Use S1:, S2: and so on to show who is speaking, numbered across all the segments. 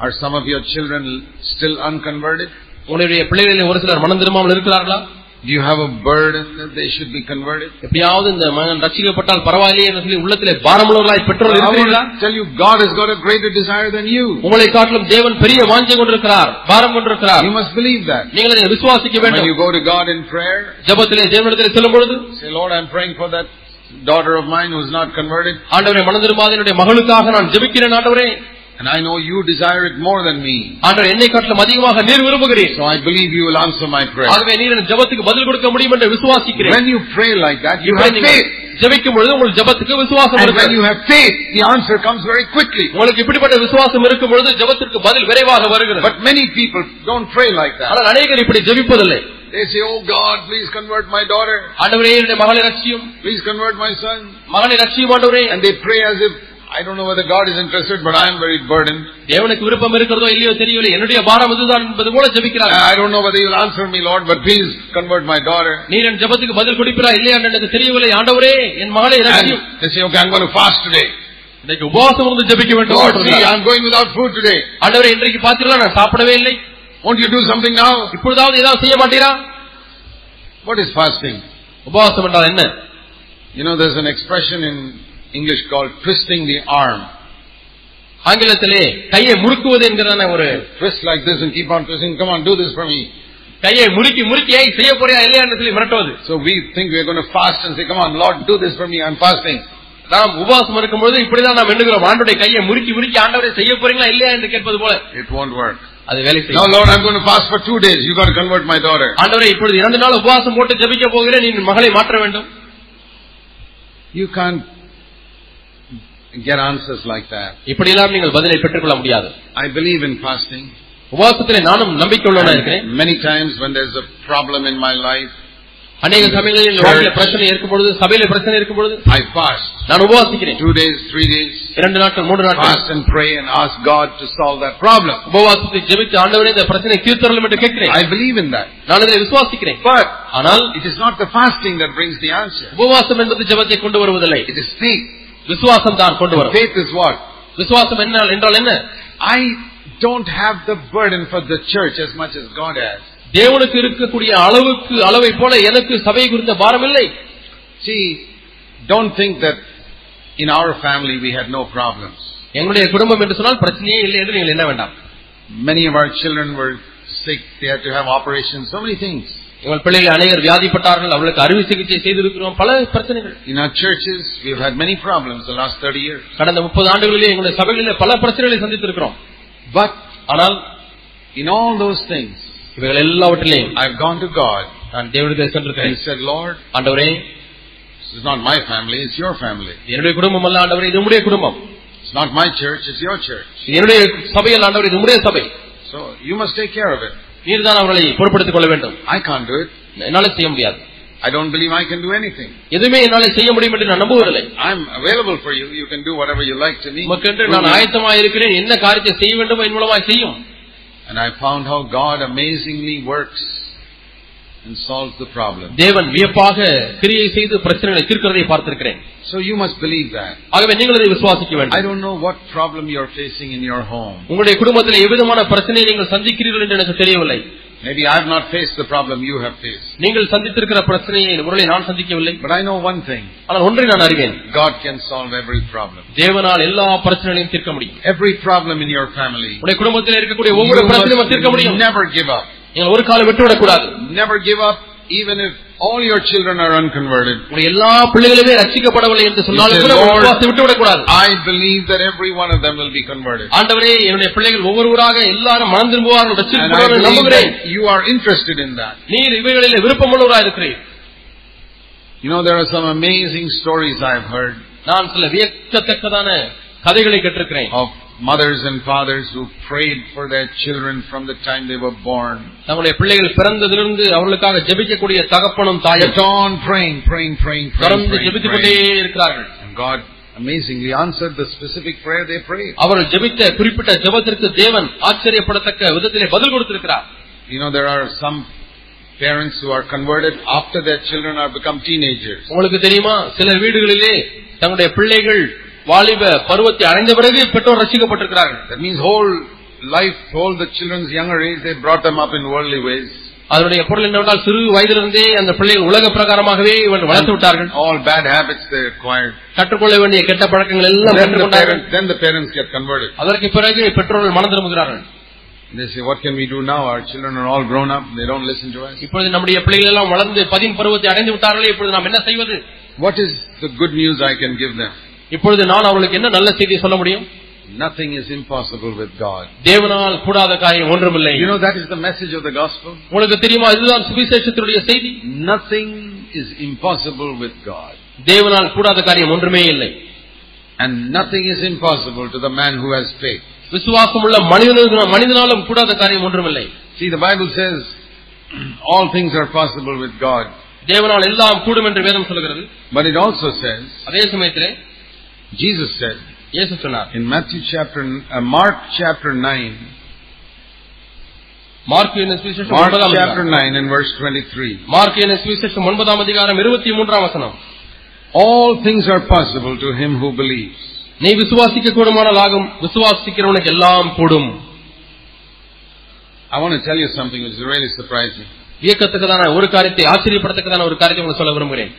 S1: Are some of your children still unconverted?
S2: உங்களுடைய பிள்ளைகளில் ஒரு சிலர் மனம் திரும்பாமல் இருக்கிறார்களா
S1: Do you have a burden that they should be converted?
S2: எப்படியாவது இந்த மகன் ரட்சிக்கப்பட்டால் பரவாயில்லையே என்று சொல்லி உள்ளத்திலே பாரமுள்ளவர்களாய் பெற்றோர்
S1: I
S2: இருக்கிறீர்களா
S1: want to tell you, God has got a greater desire than you.
S2: உங்களை காட்டிலும் தேவன் பெரிய வாஞ்சை கொண்டிருக்கிறார் பாரம் கொண்டிருக்கிறார்
S1: You must believe that.
S2: நீங்கள் இதை விசுவாசிக்க
S1: When
S2: வேண்டும்
S1: you go to God in prayer,
S2: ஜெபத்திலே தேவனிடத்தில் செல்லும் பொழுது
S1: say, Lord, I'm praying for that daughter of mine who's not converted,
S2: ஆண்டவரை மனம் திரும்பாத என்னுடைய மகளுக்காக நான் ஜெபிக்கிறேன் ஆண்டவரே
S1: and I know you desire it more than me.
S2: ஆண்டவர் என்னை காட்டிலும் அதிகமாக நீர் விரும்புகிறீர்
S1: So I believe you will answer my prayer.
S2: ஆகவே நீர் என் ஜெபத்துக்கு பதில் கொடுக்க முடியும் என்று விசுவாசிக்கிறேன்
S1: When you pray like that, you have
S2: இப்படி நீங்கள்
S1: faith.
S2: ஜெபிக்கும் பொழுது உங்கள் ஜெபத்துக்கு விசுவாசம்
S1: And when
S2: இருக்கிறது
S1: you have faith, the answer comes very quickly.
S2: உங்களுக்கு இப்படிப்பட்ட விசுவாசம் இருக்கும் பொழுது ஜெபத்திற்கு பதில் விரைவாக வருகிறது
S1: But many people don't pray like that.
S2: ஆனால் அநேகர் இப்படி ஜெபிப்பதில்லை
S1: They say, Oh God, please convert my daughter.
S2: ஆண்டவரே என்னுடைய மகளை ரட்சியும்
S1: Please convert my son.
S2: மகனை ரட்சியும் ஆண்டவரே
S1: And they pray as if, I don't know whether God is interested, but I am very burdened.
S2: தேவனுக்கு விருப்பம் இருக்கிறதோ இல்லையோ தெரியவில்லை என்னுடைய பாரம் இதுதான் என்பது போல ஜெபிக்கிறார்
S1: I don't know whether you'll answer me, Lord, but please convert my daughter.
S2: நீர் என் ஜெபத்துக்கு பதில் கொடுப்பீரா இல்லையா என்று எனக்கு தெரியவில்லை ஆண்டவரே என் மகளை ரட்சியும்
S1: And they say, Okay, I'm going to fast today.
S2: இன்றைக்கு உபவாசம் வந்து ஜெபிக்க வேண்டும்
S1: Lord, see,
S2: சொல்கிறார்.
S1: I'm going without food today.
S2: ஆண்டவரே இன்றைக்கு பார்த்தீர்களா நான் சாப்பிடவே இல்லை
S1: Won't you do something now?
S2: இப்பொழுதாவது ஏதாவது செய்ய மாட்டீரா
S1: What is fasting?
S2: உபவாசம் என்றால் என்ன
S1: You know, there's an expression in English called twisting the arm.
S2: ஆங்கிலத்திலே கையை முறுக்குவது என்கிறதான ஒரு
S1: Twist like this and keep on twisting. Come on, do this for me.
S2: கையை முறுக்கி முறுக்கி "ஏய், செய்ய போறியா இல்லையா என்று சொல்லி மிரட்டுவது
S1: So we think we're going to fast and say, Come on, Lord, do this for me. I'm fasting.
S2: நாம் உபவாசம் இருக்கும்பொழுது இப்படிதான் நாம் எண்ணுகிறோம் ஆண்டுடைய கையை முறுக்கி முறுக்கி ஆண்டவரை செய்ய போறீங்களா இல்லையா என்று கேட்பது போல
S1: It won't work.
S2: அது வேலை
S1: Now,
S2: செய்யும்
S1: Lord, I'm going to fast for two days. You've got to convert my daughter.
S2: ஆண்டவரை இப்பொழுது இரண்டு நாள் உபவாசம் போட்டு ஜெபிக்க போகிறேன் நீ மகளை மாற்ற வேண்டும்
S1: You can't get answers like that.
S2: இப்படியெல்லாம் நீங்கள் பதிலை பெற்றுக்கொள்ள முடியாது
S1: I believe in fasting.
S2: உபவாசத்திலே நானும் நம்பிக்கை உள்ளவனா இருக்கிறேன்
S1: And many times when thereres a problem in my life,
S2: அநேக சமயங்களில் என் வாழ்க்கையில பிரச்சனை இருக்கும் பொழுது சபையில பிரச்சனை இருக்கும் பொழுது
S1: I fast.
S2: நான் உபவாசிக்கிறேன்
S1: Two days, three days.
S2: இரண்டு நாட்கள் மூன்று நாட்கள்
S1: Fast and pray and ask God to solve that problem.
S2: உபவாசத்தை ஜெபித்து ஆண்டவரே இந்த பிரச்சனை தீர்த்தரலும் என்று கேட்கிறேன்
S1: I believe in that.
S2: நான் இதை விசுவாசிக்கிறேன்
S1: But
S2: ஆனால்
S1: it is not the fasting that brings the answer.
S2: உபவாசம் என்பது ஜெபத்தை கொண்டு வருவதில்லை
S1: It is faith.
S2: விசுவாசம் தான் கொண்டு வரும்
S1: Faith is what?
S2: விசுவாசம் என்ன என்றால் என்ன
S1: I don't have the burden for the church as much as God has.
S2: தேவனுக்கு இருக்கக்கூடிய அளவுக்கு அளவை போல எனக்கு சபை குறித்த பாரம் இல்லை
S1: See, don't think that in our family we had no problems.
S2: எங்களுடைய குடும்பம் என்று சொன்னால் பிரச்சனையே இல்லை என்று நீங்கள் என்ன வேண்டாம்
S1: Many of our children were sick, they had to have operations, so many things.
S2: எங்கள் பிள்ளைகள் அநேகர் வியாதிப்பட்டார்கள் அவர்களுக்கு அறுவை சிகிச்சை செய்திருக்கிறோம் பல பிரச்சனைகள்
S1: In our churches, we've had many problems the last 30 years.
S2: கடந்த முப்பது ஆண்டுகளிலே எங்களுடைய சபைகளிலே பல பிரச்சனைகளை சந்தித்திருக்கிறோம்
S1: But
S2: ஆனால்
S1: in all those things,
S2: இவைகள் எல்லாவற்றிலையும்
S1: I've gone to God
S2: நான் தேவனுக்கு
S1: and
S2: சென்றிருக்கிறேன்
S1: said, Lord,
S2: ஆண்டவரே
S1: this is not my family, it's your family.
S2: இது என்னுடைய குடும்பம் அல்ல ஆண்டவரே இது உம்முடைய குடும்பம்
S1: It's not my church, it's your church.
S2: இது என்னுடைய சபை அல்ல ஆண்டவரே இது உம்முடைய சபை
S1: So you must take care of it.
S2: நீர் தான் அவர்களை பொறுப்படுத்திக் கொள்ள வேண்டும்
S1: I can't do it.
S2: என்னால செய்ய முடியாது
S1: I don't believe I can do anything.
S2: எதுவுமே என்னால செய்ய முடியும் என்று நான் நம்புவதில்லை
S1: I'm available for you. You can do whatever you like to me.
S2: உமக்கென்று நான் ஆயத்தமாக இருக்கிறேன் என்ன காரியத்தை செய்ய வேண்டும் என் மூலமாய் செய்யும்
S1: And I found how God amazingly works and solves the problem.
S2: தேவன் வியப்பாக கிரியை செய்து பிரச்சனைகளை தீர்க்கிறதை பார்த்திருக்கிறேன்
S1: So you must believe that.
S2: ஆகவே நீங்கள் இதை விசுவாசிக்க
S1: I
S2: வேண்டும்
S1: don't know what problem you're facing in your home.
S2: உங்களுடைய குடும்பத்தில் எவ்விதமான பிரச்சனையை நீங்கள் சந்திக்கிறீர்கள் என்று எனக்கு தெரியவில்லை
S1: Maybe I've not faced the problem you have faced.
S2: நீங்கள் சந்தித்திருக்கிற பிரச்சனையை ஒருவேளை நான் சந்திக்கவில்லை
S1: But I know one thing
S2: ஆனால் ஒன்றை நான் அறிவேன்
S1: God can solve every problem.
S2: தேவனால் எல்லா பிரச்சனைகளையும் தீர்க்க முடியும்
S1: Every problem in your family.
S2: உங்களுடைய குடும்பத்தில் இருக்கக்கூடிய
S1: You
S2: ஒவ்வொரு பிரச்சனையும் தீர்க்க
S1: must
S2: முடியும்
S1: never give up.
S2: நீங்கள் ஒரு காலம் விட்டுவிடக் கூடாது
S1: Never give up, even if all your children are unconverted.
S2: உங்களுடைய எல்லா பிள்ளைகளுமே ரட்சிக்கப்படவில்லை என்று சொன்னாலும் கூட உங்கள் விசுவாசத்தை விட்டுவிடக் கூடாது
S1: I believe that every one of them will be converted.
S2: ஆண்டவரே என்னுடைய பிள்ளைகள் ஒவ்வொருவராக எல்லாரும் மனம் திரும்புவார்கள்
S1: And I
S2: ரட்சிக்கப்படுவார்கள்
S1: believe
S2: நம்புகிறேன்
S1: that you are interested in that.
S2: நீர் இவைகளில் விருப்பமுள்ளவராக இருக்கிறீர்
S1: You know, there are some amazing stories I've heard
S2: நான் சில வியக்கத்தக்கதான கதைகளை கேட்டிருக்கிறேன்
S1: of mothers and fathers who prayed for their children from the time they were born.
S2: நம்முடைய பிள்ளைகள் பிறந்ததிலிருந்து அவர்களுக்காக ஜெபிக்கக்கூடிய தகப்பனும்
S1: I
S2: தாயும்
S1: kept on praying, praying, praying, praying,
S2: தொடர்ந்து
S1: praying,
S2: ஜெபித்துக் கொண்டே
S1: praying.
S2: இருக்கிறார்கள்
S1: And God amazingly answered the specific prayer they prayed.
S2: அவர்கள் ஜெபித்த குறிப்பிட்ட ஜெபத்திற்கு தேவன் ஆச்சரியப்படத்தக்க விதத்திலே பதில் கொடுத்திருக்கிறார்
S1: You know, there are some parents who are converted after their children are become teenagers.
S2: உங்களுக்கு தெரியுமா சில வீடுகளிலே தங்களுடைய பிள்ளைகள் வாலிப பருவத்தை அடைந்த பிறகு பெற்றோர் ரசிக்கப்பட்டிருக்கிறார்கள்
S1: That means whole life told the children's younger age, they brought them up in worldly ways.
S2: அதனுடைய பொருள் என்னவென்றால் சிறு வயதிலிருந்தே அந்த பிள்ளைகள் உலக பிரகாரமாகவே இவன் வளர்த்து விட்டார்கள்
S1: All bad habits they acquired.
S2: கற்றுக்கொள்ள வேண்டிய கெட்ட பழக்கங்கள்
S1: Then
S2: எல்லாம்
S1: the,
S2: கற்றுக்கொண்டார்கள்
S1: parents, then the parents get converted.
S2: அதற்கு பிறகு பெற்றோர்கள் மனம் திரும்புகிறார்கள்
S1: They say, what can we do now? Our children are all grown up. They don't listen to us.
S2: இப்பொழுது நம்முடைய பிள்ளைகள் எல்லாம் வளர்ந்து பதின் பருவத்தை அடைந்து விட்டார்களே இப்பொழுது நாம் என்ன செய்வது
S1: What is the good news I can give them?
S2: இப்பொழுது நான் அவர்களுக்கு என்ன நல்ல செய்தி சொல்ல முடியும்
S1: Nothing is impossible with God.
S2: தேவனால் கூடாத காரியம் ஒன்றுமில்லை
S1: You know, that is the message of the gospel.
S2: உங்களுக்கு தெரியுமா இதுதான் சுவிசேஷத்தினுடைய செய்தி
S1: Nothing is impossible with God.
S2: தேவனால் கூடாத காரியம் ஒன்றுமே இல்லை
S1: And nothing is impossible to the man who has faith.
S2: விசுவாசம் உள்ள மனிதனுக்கு- மனிதனாலும் கூடாத காரியம் ஒன்றுமில்லை
S1: See, the Bible says all things are possible with God,
S2: தேவனால் எல்லாம் கூடும் என்று வேதம் சொல்கிறது
S1: but it also says,
S2: அதே சமயத்திலே
S1: Jesus said
S2: இயேசு சொன்னார்
S1: in Matthew chapter, uh, Mark chapter 9,
S2: Mark என்ன சுவிசேஷம்
S1: Mark
S2: ஒன்பதாம்
S1: chapter
S2: அதிகாரம்.
S1: 9 and verse 23,
S2: மார்க் என்ன சுவிசேஷம் ஒன்பதாம் அதிகாரம் இருபத்தி மூன்றாம் வசனம்
S1: all things are possible to him who believes.
S2: நீ விசுவாசிக்க கூடுமானால் ஆகும் விசுவாசிக்கிறவனுக்கு எல்லாம் கூடும்
S1: I want to tell you something which is really surprising.
S2: வியக்கத்துக்குதான ஒரு காரியத்தை ஆச்சரியப்படத்தக்கதான ஒரு காரியத்தை உங்களுக்கு சொல்ல விரும்புகிறேன்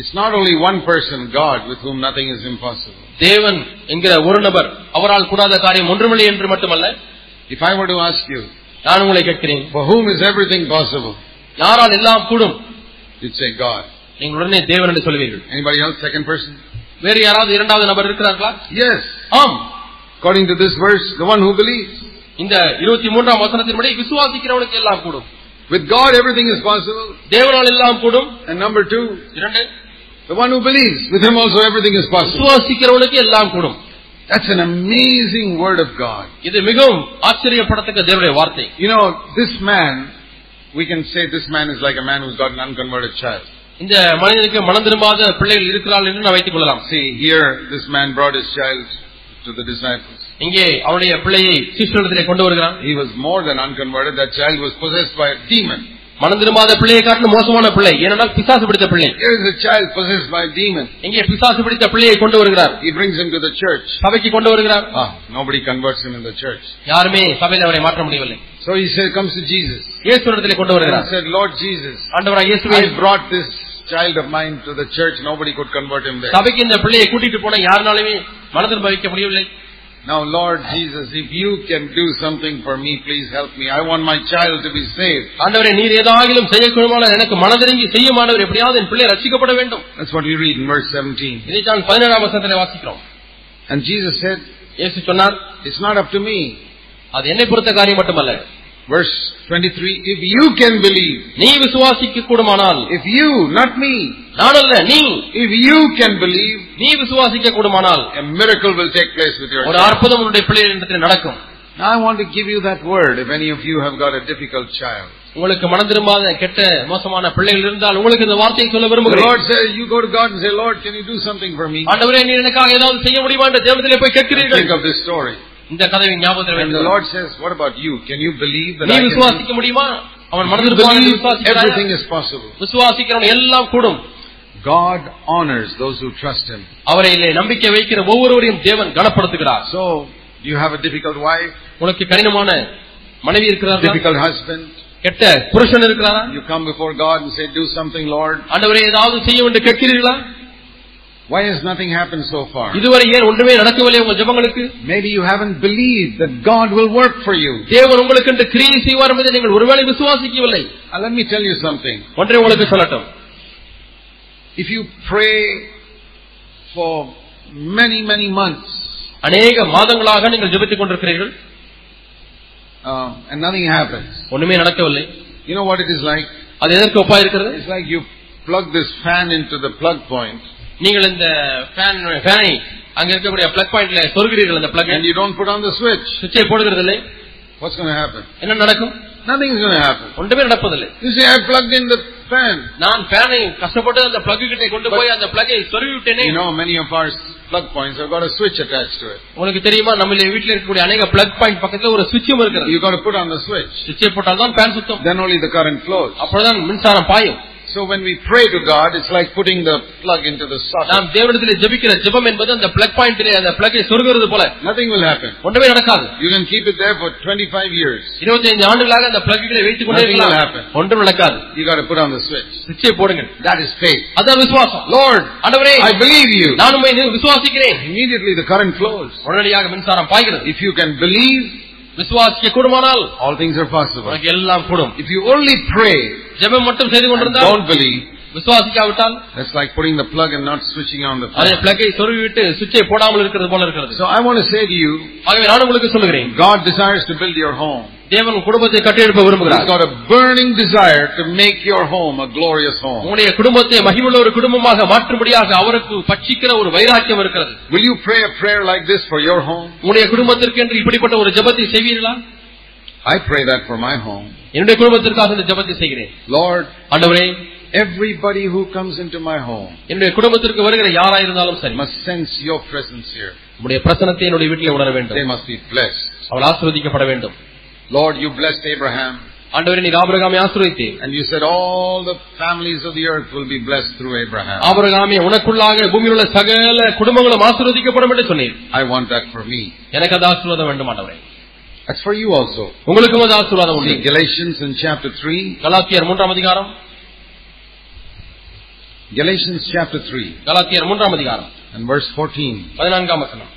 S1: It's not only one person, God, with whom nothing is impossible.
S2: தேவன் என்கிற ஒரு நபர் அவரால் கூடாத காரியம் ஒன்றுமில்லை என்று மட்டுமல்ல
S1: If I were to ask you,
S2: நான் உங்களை கேட்கிறேன்
S1: for whom is everything possible?
S2: யாரால் எல்லாம் கூடும்
S1: You'd say God.
S2: நீங்கள் உடனே தேவன் என்று சொல்வீர்கள்
S1: Anybody else, second person?
S2: வேறு யாராவது இரண்டாவது நபர் இருக்கிறார்களா
S1: Yes.
S2: ஆம்
S1: According to this verse, the one who believes.
S2: இந்த இருபத்தி மூன்றாம் வசனத்தின்படி விசுவாசிக்கிறவனுக்கு எல்லாம் கூடும்
S1: With God, everything is possible.
S2: தேவனால் எல்லாம் கூடும்
S1: And number two,
S2: இரண்டு
S1: the one who believes. With him also everything is possible.
S2: விசுவாசிக்கிறவனுக்கு எல்லாம் கூடும்
S1: That's an amazing word of God.
S2: இது மிகவும் ஆச்சரியப்படத்தக்க தேவனுடைய வார்த்தை
S1: You know, this man, we can say this man is like a man who's got an unconverted child.
S2: இந்த மனிதனுக்கு மனம் திரும்பாத பிள்ளைகள் இருக்கிறார்கள் என்று நான் வைத்துக் கொள்ளலாம்
S1: See, here, this man brought his child to the disciples.
S2: இங்கே அவருடைய பிள்ளையை சீஷ்டத்திலே கொண்டு வருகிறான்
S1: He was more than unconverted. That child was possessed by a demon.
S2: மனம் திரும்பாத பிள்ளையை காட்டிலும் மோசமான பிள்ளை ஏனென்றால் பிசாசு பிடித்த பிள்ளை
S1: Here is a child possessed by a demon.
S2: இங்கே பிசாசு பிடித்த பிள்ளையை கொண்டு வருகிறார்
S1: He brings him to the church.
S2: சபைக்கு கொண்டு வருகிறார்
S1: Ah, nobody converts him in the church.
S2: யாருமே சபையில் அவரை மாற்ற முடியவில்லை
S1: So he said, comes to Jesus.
S2: இயேசுடத்திலே கொண்டு
S1: And
S2: வருகிறார்
S1: he said, Lord Jesus,
S2: ஆண்டவராக இயேசுவே
S1: I brought this child of mine to the church. Nobody could convert him there.
S2: சபைக்கு இந்த பிள்ளையை கூட்டிட்டு போன யாருனாலுமே மனதில் பவிக்க முடியவில்லை
S1: Now, Lord Jesus, if you can do something for me, please help me. I want my child to be saved.
S2: ஆண்டவரே நீர் ஏதாகிலும் செய்யக்கூடுமான எனக்கு மனதிறங்கி செய்யுமானவர் எப்படியாவது என் பிள்ளை ரட்சிக்கப்பட வேண்டும்
S1: That's what we read in verse 17.
S2: இதை தான் பதினேழாம் வசனத்திலே வாசிக்கிறோம்
S1: And Jesus said,
S2: இயேசு சொன்னார்
S1: It's not up to me.
S2: அது என்னை பொறுத்த காரியம் மட்டுமல்ல
S1: Verse 23 If you can believe,
S2: நீ விசுவாசிக்க கூடுமானால்
S1: if you, not me,
S2: நான் அல்ல நீ
S1: if you can believe,
S2: நீ விசுவாசிக்க கூடுமானால்
S1: a miracle will take place with your
S2: ஒரு
S1: child.
S2: அற்புதம் உன்னுடைய பிள்ளைகளிடத்தில் நடக்கும்
S1: Now, I want to give you that word if any of you have got a difficult child.
S2: உங்களுக்கு மனம் திரும்பாத கெட்ட மோசமான பிள்ளைகள் இருந்தால் உங்களுக்கு இந்த வார்த்தையை சொல்ல
S1: The Lord
S2: விரும்புகிறேன்
S1: says, you go to God and say, Lord, can you do something for me?
S2: ஆண்டவரே நீர் எனக்காக ஏதாவது செய்ய முடியுமா என்று தேவனத்திலே போய் கேட்கிறீர்கள்
S1: Think of this story.
S2: இந்த கதவை ஞாபகத்தில்
S1: And the
S2: வைத்துக்
S1: Lord says, what about you? Can you believe that
S2: நீ
S1: I can do-
S2: விசுவாசிக்க முடியுமா அவன்
S1: You
S2: மனதில்
S1: believe everything
S2: விசுவாசிக்கிறவன்
S1: is possible.
S2: விசுவாசிக்கிறவன் எல்லாம் கூடும்
S1: God honors those who trust Him.
S2: அவரையிலே நம்பிக்கை வைக்கிற ஒவ்வொருவரையும் தேவன் கனப்படுத்துகிறார்
S1: So, do you have a difficult wife,
S2: உனக்கு கடினமான மனைவி இருக்கிறார்
S1: difficult husband?
S2: கெட்ட புருஷன் இருக்கிறாரா
S1: You come before God and say, do something, Lord.
S2: ஆண்டவரே ஏதாவது செய்யும் என்று கேட்கிறீர்களா
S1: Why has nothing happened so far?
S2: இதுவரை ஏன் ஒன்றுமே நடக்கவில்லை உங்கள் ஜெபங்களுக்கு
S1: Maybe you haven't believed that God will work for you.
S2: தேவன் உங்களுக்கு என்று கிரியை செய்வார் என்பதை நீங்கள் ஒருவேளை விசுவாசிக்கவில்லை
S1: Uh, let me tell you something.
S2: ஒன்றை உங்களுக்கு சொல்லட்டும்
S1: If you pray for many, many months
S2: அநேக மாதங்களாக நீங்கள் ஜெபித்துக் கொண்டிருக்கிறீர்கள்
S1: um, and nothing happens,
S2: ஒண்ணுமே நடக்கவில்லை
S1: you know what it is like?
S2: அது எதற்கு ஒப்பா இருக்கிறது
S1: It's like you plug this fan into the plug point
S2: நீங்கள் இந்த ஃபேன் ஃபேனை அங்க இருக்கக்கூடிய பிளக் பாயிண்ட்ல சொருகிறீர்கள் அந்த plug
S1: and you don't put on the switch.
S2: சுவிட்சை போடுகிறது இல்லை
S1: What's going to happen?
S2: என்ன நடக்கும்
S1: Nothing's going to happen.
S2: ஒன்றுமே நடப்பதில்லை
S1: You say, I plugged in the fan.
S2: நான் ஃபேனை கஷ்டப்பட்டு அந்த பிளக் கிட்ட கொண்டு போய் அந்த பிளக்கை சொருகி விட்டேனே
S1: You know, many of our s- plug points have got a switch attached to it.
S2: உங்களுக்கு தெரியுமா நம்மளுடைய வீட்டுல இருக்கக்கூடிய அநேக பிளக் பாயிண்ட் பக்கத்துல ஒரு சுவிட்சும் இருக்கிறது
S1: You've got to put on the switch.
S2: சுவிட்சை போட்டால்தான் ஃபேன் சுத்தம்
S1: Then only the current flows.
S2: அப்பதான் மின்சாரம் பாயும்
S1: So when we pray to God, it's like putting the plug into the socket.
S2: நாம் தேவனிடத்திலே ஜெபிக்கிற ஜெபம் என்பது அந்த பிளக் பாயிண்டிலே அந்த பிளக்கை சொருகிறது போல
S1: Nothing will happen.
S2: ஒன்றுமே நடக்காது
S1: You can keep it there for 25 years.
S2: இருபத்தைந்து ஆண்டுகளாக அந்த பிளக்குகளை வைத்துக் கொண்டே
S1: Nothing will happen.
S2: இருக்கலாம் ஒன்றும் நடக்காது
S1: You got to put on the switch.
S2: சுவிட்சை போடுங்கள்
S1: That is faith.
S2: அதான் விசுவாசம்
S1: Lord,
S2: ஆண்டவரே
S1: I believe you.
S2: நான் உண்மை விசுவாசிக்கிறேன்
S1: Immediately the current flows.
S2: உடனடியாக மின்சாரம் பாய்கிறது
S1: If you can believe,
S2: விசுவாசிக்க கூடுமானால்
S1: all things are possible.
S2: உனக்கு எல்லாம் கூடும்
S1: If you only pray
S2: ஜெபம் மட்டும் செய்து
S1: and
S2: கொண்டிருந்தால்
S1: don't believe,
S2: விசுவாசிக்காவிட்டால்
S1: that's like putting the plug and not switching on the
S2: அதே
S1: plug.
S2: பிளக்கை சொருவி விட்டு சுவிட்சை போடாமல் இருக்கிறது போல இருக்கிறது
S1: So I want to say to you,
S2: ஆகவே நான் உங்களுக்கு சொல்லுகிறேன்
S1: God desires to build your home.
S2: தேவன் உன் குடும்பத்தை கட்டியெழுப்ப
S1: He's
S2: விரும்புகிறார்
S1: got a burning desire to make your home a glorious home.
S2: உங்களுடைய குடும்பத்தை மகிமுள்ள ஒரு குடும்பமாக மாற்றும்படியாக அவருக்கு பட்சிக்கிற ஒரு வைராக்கியம் இருக்கிறது
S1: Will you pray a prayer like this for your home?
S2: உங்களுடைய குடும்பத்திற்கு என்று இப்படிப்பட்ட ஒரு ஜெபத்தை செய்வீர்களா
S1: I pray that for my home.
S2: என்னுடைய குடும்பத்திற்காக இந்த ஜெபத்தை செய்கிறேன்
S1: Lord,
S2: ஆண்டவரே
S1: everybody who comes into my home
S2: என்னுடைய குடும்பத்திற்கு வருகிற யாராயிருந்தாலும் சரி
S1: must sense your presence here.
S2: உங்களுடைய பிரசனத்தை என்னுடைய வீட்டிலே உணர
S1: They
S2: வேண்டும்
S1: must be blessed.
S2: அவள் ஆசீர்வதிக்கப்பட வேண்டும்
S1: Lord, you blessed Abraham
S2: ஆண்டவரே நீர் ஆபிரகாமை ஆசீர்வதித்தீர்
S1: and you said all the families of the earth will be blessed through Abraham.
S2: ஆபிரகாமே உனக்குள்ளாக பூமியில் உள்ள சகல குடும்பங்களும் ஆசீர்வதிக்கப்படும் என்று சொன்னீர்
S1: I want that for me.
S2: எனக்கு அது ஆசீர்வாதம் வேண்டும் ஆண்டவரே
S1: That's for you also.
S2: உங்களுக்கும் அது ஆசீர்வாதம் உண்டு
S1: See Galatians in chapter 3.
S2: கலாத்தியர் மூன்றாம் அதிகாரம்
S1: Galatians chapter 3
S2: கலாத்தியர் மூன்றாம் அதிகாரம்
S1: and verse 14.
S2: பதினான்காம் வசனம்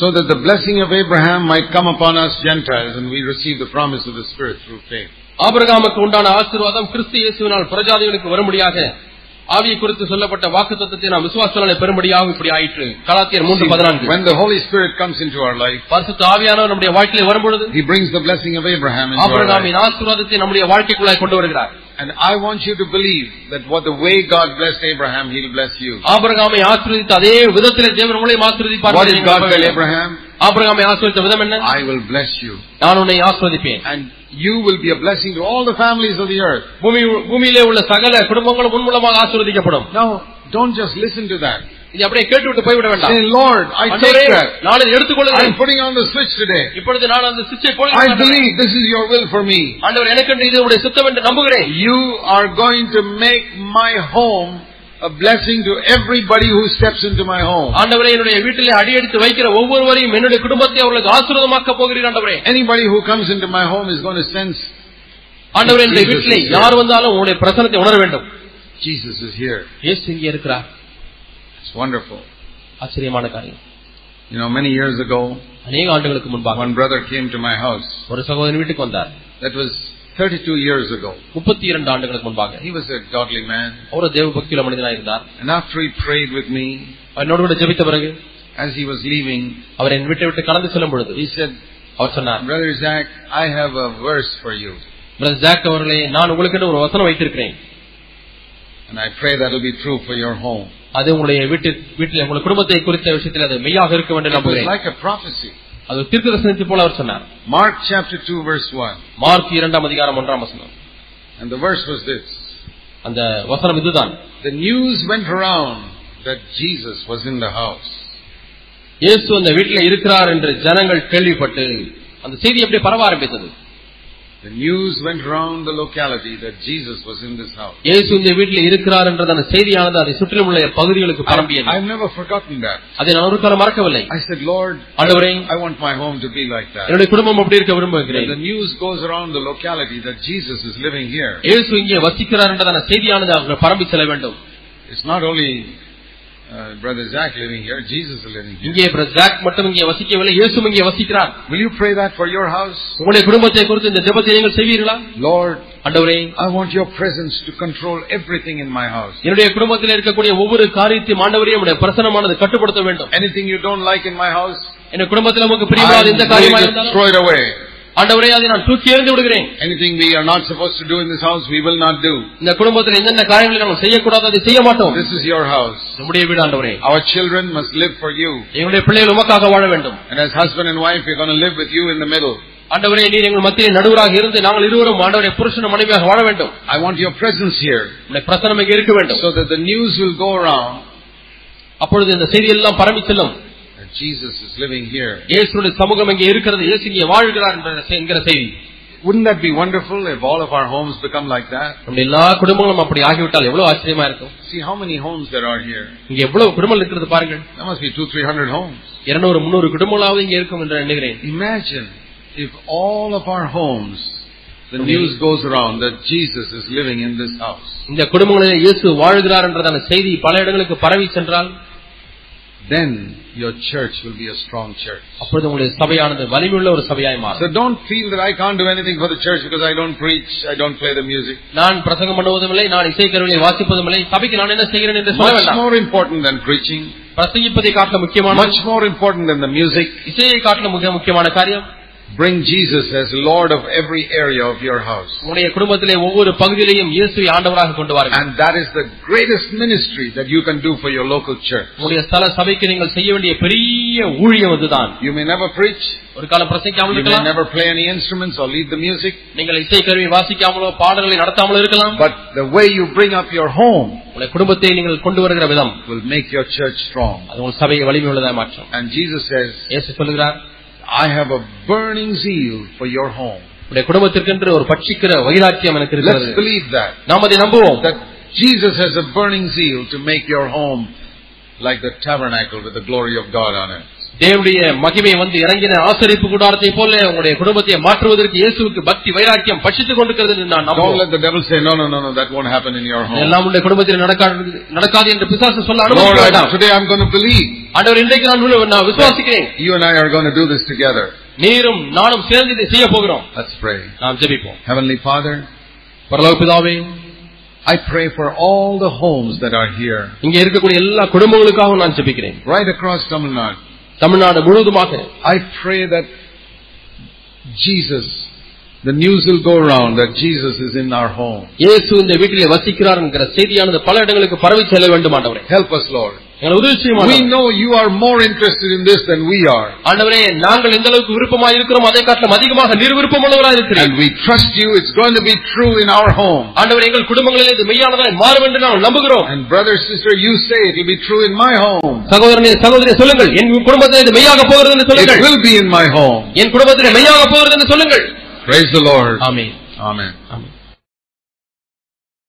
S1: So that the blessing of Abraham might come upon us Gentiles and we receive the promise of the Spirit through faith.
S2: ஆபிரகாமுக்கு உண்டான ஆசீர்வாதம் கிறிஸ்து இயேசுவினால் பிரஜாதிகளுக்கு வரும்படியாக ஆவியை குறித்து சொல்லப்பட்ட வாக்குத்தத்தத்தை நாம் விசுவாசனாலே பெறும்படியாக இப்படி ஆயிற்று கலாத்தியர் மூன்று
S1: See,
S2: பதினான்கு
S1: when the Holy Spirit comes into our life,
S2: பரிசுத்த ஆவியானவர் நம்முடைய வாழ்க்கையில வரும்பொழுது
S1: He brings the blessing of Abraham into our life.
S2: ஆபிரகாமின் ஆசீர்வாதத்தை நம்முடைய வாழ்க்கைக்குள்ளாய் கொண்டு வருகிறார்
S1: And I want you to believe that what the way God blessed Abraham, He'll bless you.
S2: ஆபிரகாமை ஆசீர்வதித்த அதே விதத்திலே தேவன் உங்களையும் ஆசீர்வதிப்பார்
S1: What
S2: என்று
S1: did
S2: நீங்கள்
S1: God
S2: நம்ப
S1: tell
S2: வேண்டும்.
S1: Abraham?
S2: ஆபிரகாமை ஆசீர்வதித்த விதம் என்ன
S1: I will bless you.
S2: நான் உன்னை ஆசீர்வதிப்பேன்
S1: And you will be a blessing to all the families of the earth.
S2: பூமி பூமியிலே உள்ள சகல குடும்பங்களும் உன் மூலமாக ஆசீர்வதிக்கப்படும்
S1: Now, don't just listen to that.
S2: இது அப்படியே கேட்டுவிட்டு போய்விட வேண்டாம்
S1: Say, Lord, I
S2: ஆண்டவரே,
S1: take that.
S2: நான் இதை எடுத்துக்கொள்கிறேன்
S1: I'm putting on the switch today.
S2: இப்பொழுது நான் அந்த சிச்சை
S1: I
S2: போடுகிறேன்
S1: believe this is your will for me.
S2: ஆண்டவர் எனக்கென்று இது உடைய சித்தம் என்று நம்புகிறேன்
S1: You are going to make my home a blessing to everybody who steps into my home.
S2: ஆண்டவரே என்னுடைய வீட்டிலே அடியெடுத்து வைக்கிற ஒவ்வொருவரையும் என்னுடைய குடும்பத்தை அவர்களுக்கு ஆசீர்வாதமாக்க போகிறீர் ஆண்டவரே
S1: Anybody who comes into my home is going to sense
S2: ஆண்டவரே என்னுடைய வீட்டிலே யார் வந்தாலும் உங்களுடைய பிரசனத்தை உணர வேண்டும்
S1: Jesus is here.
S2: இயேசு இங்கே இருக்கிறார்
S1: It's wonderful.
S2: ஆச்சரியமான காரியம்
S1: You know, many years ago,
S2: அநேக ஆண்டுகளுக்கு முன்பாக
S1: one brother came to my house.
S2: ஒரு சகோதரன் வீட்டுக்கு வந்தார்
S1: That was 32 years ago.
S2: முப்பத்தி இரண்டு ஆண்டுகளுக்கு முன்பாக
S1: He was a godly man.
S2: அவரு தேவ பக்தியில மனிதனாக இருந்தார்
S1: And after he prayed with me,
S2: என்னோடு கூட ஜெபித்த பிறகு
S1: as he was leaving,
S2: அவர் என் வீட்டை விட்டு கடந்து செல்லும் பொழுது
S1: he said,
S2: அவர் சொன்னார்
S1: Brother Zach, I have a verse for you.
S2: Brother Jack அவர்களே நான் உங்களுக்கு ஒரு வசனம் வைத்திருக்கிறேன்
S1: And I pray that'll be true for your home.
S2: அது உங்களுடைய வீட்டு வீட்டில் உங்களுடைய குடும்பத்தை குறித்த விஷயத்தில் அது மெய்யாக இருக்க வேண்டும்
S1: It was
S2: நம்புகிறேன்
S1: like a prophecy.
S2: அது தீர்க்கதரிசனத்தை போல அவர் சொன்னார்
S1: Mark chapter 2 verse 1.
S2: மார்க் இரண்டாம் அதிகாரம் ஒன்றாம் வசனம்
S1: And the verse was this.
S2: அந்த வசனம் இதுதான்
S1: The news went around that Jesus was in the house.
S2: இயேசு அந்த வீட்டில் இருக்கிறார் என்று ஜனங்கள் கேள்விப்பட்டு அந்த செய்தி அப்படியே பரவ ஆரம்பித்தது
S1: The news went around the locality that Jesus was in this house.
S2: இயேசு இந்த வீட்டில் இருக்கிறார் என்ற அந்த செய்தியானது அதை சுற்றிலும் உள்ள பகுதிகளுக்கு
S1: I,
S2: பரம்பியது
S1: have never forgotten that.
S2: அதை நான் ஒரு காலம் மறக்கவில்லை
S1: I said, Lord,
S2: ஆண்டவரே
S1: I want my home to be like that.
S2: என்னுடைய குடும்பம் அப்படி இருக்க
S1: When
S2: விரும்புகிறேன்
S1: the news goes around the locality that Jesus is living here,
S2: இயேசு இங்கே வசிக்கிறார் என்றதான செய்தியானது அவங்க பரம்பி செல்ல வேண்டும்
S1: it's not only uh, Brother Zach living here, Jesus is living here.
S2: இங்கே பிரதர் ஜாக் மட்டும் இங்கே வசிக்கவில்லை இயேசும் இங்கே வசிக்கிறார்
S1: Will you pray that for your house?
S2: உங்களுடைய குடும்பத்தை குறித்து இந்த ஜெபத்தை நீங்கள் செய்வீர்களா
S1: Lord,
S2: ஆண்டவரே
S1: I want your presence to control everything in my house.
S2: என்னுடைய குடும்பத்தில் இருக்கக்கூடிய ஒவ்வொரு காரியத்தையும் ஆண்டவரையும் உடைய பிரசனமானது கட்டுப்படுத்த வேண்டும்
S1: Anything you don't like in my house,
S2: என்னுடைய குடும்பத்தில் நமக்கு
S1: I'm
S2: பிரியமானது எந்த காரியமா
S1: going to
S2: இருந்தாலும்
S1: throw it away.
S2: ஆண்டவரே அதை நான் தூக்கி எறிந்து விடுகிறேன்
S1: Anything we are not supposed to do in this house, we will not do.
S2: இந்த குடும்பத்தில் என்னென்ன காரியங்களை நாங்கள் செய்யக்கூடாது அதை செய்ய மாட்டோம்
S1: This is your house.
S2: நம்முடைய வீடு ஆண்டவரே
S1: Our children must live for you.
S2: எங்களுடைய பிள்ளைகள் உமக்காக வாழ வேண்டும்
S1: And as husband and wife, we're going to live with you in the middle.
S2: ஆண்டவரே நீர் எங்கள் மத்தியில் நடுவராக இருந்து நாங்கள் இருவரும் ஆண்டவரே புருஷனும் மனைவியாக வாழ வேண்டும்
S1: I want your presence here
S2: உடைய பிரசனம் இங்கே இருக்க வேண்டும்
S1: so that the news will go around
S2: அப்பொழுது இந்த செய்தி எல்லாம் பரவி செல்லும்
S1: that Jesus is living here.
S2: இயேசுடைய சமூகம் இங்கே இருக்கிறது இயேசு இங்கே வாழ்கிறார் என்ற செ- என்கிற செய்தி
S1: Wouldn't that be wonderful if all of our homes become like that?
S2: நம்முடைய எல்லா குடும்பங்களும் அப்படி ஆகிவிட்டால் எவ்வளவு ஆச்சரியமா இருக்கும்
S1: See how many homes there are here.
S2: இங்க எவ்வளவு குடும்பம் இருக்கிறது பாருங்கள்
S1: There must be two, three hundred homes.
S2: இருநூறு முன்னூறு குடும்பங்களாவது இங்க இருக்கும் என்று எண்ணுகிறேன்
S1: Imagine if all of our homes, the news goes around that Jesus is living in this house.
S2: இந்த குடும்பங்களில் இயேசு வாழுகிறார் என்றதான செய்தி பல இடங்களுக்கு பரவி சென்றால்
S1: Then your church will be a strong church.
S2: அப்பொழுது உங்களுடைய சபையானது வலிமையுள்ள ஒரு சபையாய் மாறும்
S1: So don't feel that I can't do anything for the church because I don't preach, I don't play the music.
S2: நான் பிரசங்கம் பண்ணுவதும் இல்லை நான் இசைக்கருவியை வாசிப்பதும் இல்லை சபைக்கு நான் என்ன செய்கிறேன் என்று சொல்ல
S1: Much
S2: வேண்டாம்
S1: more important than preaching,
S2: பிரசங்கிப்பதை காட்டில முக்கியமான
S1: much more important than the music,
S2: இசையை காட்டில மிக முக்கியமான காரியம்
S1: bring Jesus as Lord of every area of your house.
S2: உங்களுடைய குடும்பத்திலே ஒவ்வொரு பகுதியிலையும் இயேசுவை ஆண்டவராக கொண்டு வாருங்கள்
S1: And that is the greatest ministry that you can do for your local church.
S2: உங்களுடைய ஸ்தல சபைக்கு நீங்கள் செய்ய வேண்டிய பெரிய ஊழியம் அதுதான்
S1: You may never preach,
S2: ஒரு காலம் பிரசங்கிக்காமல்
S1: you may
S2: இருக்கலாம்
S1: never play any instruments or lead the music,
S2: நீங்கள் இசைக்கருவியை வாசிக்காமலோ பாடல்களை நடத்தாமலோ இருக்கலாம்
S1: but the way you bring up your home
S2: உங்களுடைய குடும்பத்தை நீங்கள் கொண்டு வருகிற விதம்
S1: will make your church strong.
S2: அது உங்கள் சபையை வலிமை உள்ளதாக மாற்றும்
S1: And Jesus says,
S2: இயேசு சொல்லுகிறார்
S1: I have a burning zeal for your home.
S2: உங்களுடைய குடும்பத்திற்கென்று ஒரு பட்சிக்கிற வைராக்கியம் எனக்கு இருக்கிறது
S1: Let's believe that.
S2: நாம் அதை நம்புவோம்
S1: That Jesus has a burning zeal to make your home like the tabernacle with the glory of God on it.
S2: தேவனுடைய மகிமை வந்து இறங்கின ஆசரிப்பு கூடாரத்தை போல உங்களுடைய குடும்பத்தை மாற்றுவதற்கு இயேசுவுக்கு பக்தி வைராக்கியம் பட்சித்துக் கொண்டிருக்கிறது என்று நான்
S1: Don't
S2: நம்புவோம்
S1: let the devil say, no, no, no, no, that won't happen in your home.
S2: எல்லாம் உடைய குடும்பத்தில் நடக்காது நடக்காது என்று பிசாசு சொல்ல
S1: Lord,
S2: அனுமதிக்க
S1: I,
S2: வேண்டாம்
S1: today I'm going to believe.
S2: ஆண்டவர் இன்றைக்கு நான் உள்ள- நான் விசுவாசிக்கிறேன்
S1: You and I are going to do this together.
S2: நீரும் நானும் சேர்ந்து இதை செய்ய போகிறோம்
S1: Let's pray.
S2: நாம் ஜெபிப்போம்
S1: Heavenly Father,
S2: பரலோக பிதாவே
S1: I pray for all the homes that are here,
S2: இங்கே இருக்கக்கூடிய எல்லா குடும்பங்களுக்காகவும் நான் ஜெபிக்கிறேன்
S1: right across Tamil Nadu.
S2: Tamil Nadu முழுவதுமாக
S1: I pray that Jesus, the news will go around that Jesus is in our home.
S2: இயேசு இந்த வீட்டிலே வசிக்கிறார் என்கிற செய்தியானது பல இடங்களுக்கு பரவி செல்ல வேண்டும் ஆண்டவரே
S1: Help us, Lord.
S2: எங்களை உதவி செய்யும்
S1: We
S2: ஆண்டவரே.
S1: know you are more interested in this than we are.
S2: ஆண்டவரே நாங்கள் எந்த அளவுக்கு விருப்பமாக இருக்கிறோம் அதை காட்டிலும் அதிகமாக நிர்விருப்பம் உள்ளவராக இருக்கிறேன்
S1: And we trust you. It's going to be true in our home.
S2: ஆண்டவர் எங்கள் குடும்பங்களில் இது மெய்யானதாய் மாறும் என்று நாங்கள் நம்புகிறோம்
S1: And brother, sister, you say it will be true in my home.
S2: சகோதரனே சகோதரி சொல்லுங்கள் என் குடும்பத்தில் இது மெய்யாக போகிறது என்று
S1: It
S2: சொல்லுங்கள்
S1: will be in my home.
S2: என் குடும்பத்தில் மெய்யாக போகிறது என்று சொல்லுங்கள்
S1: Praise the Lord.
S2: Amen
S1: Amen.
S2: Amen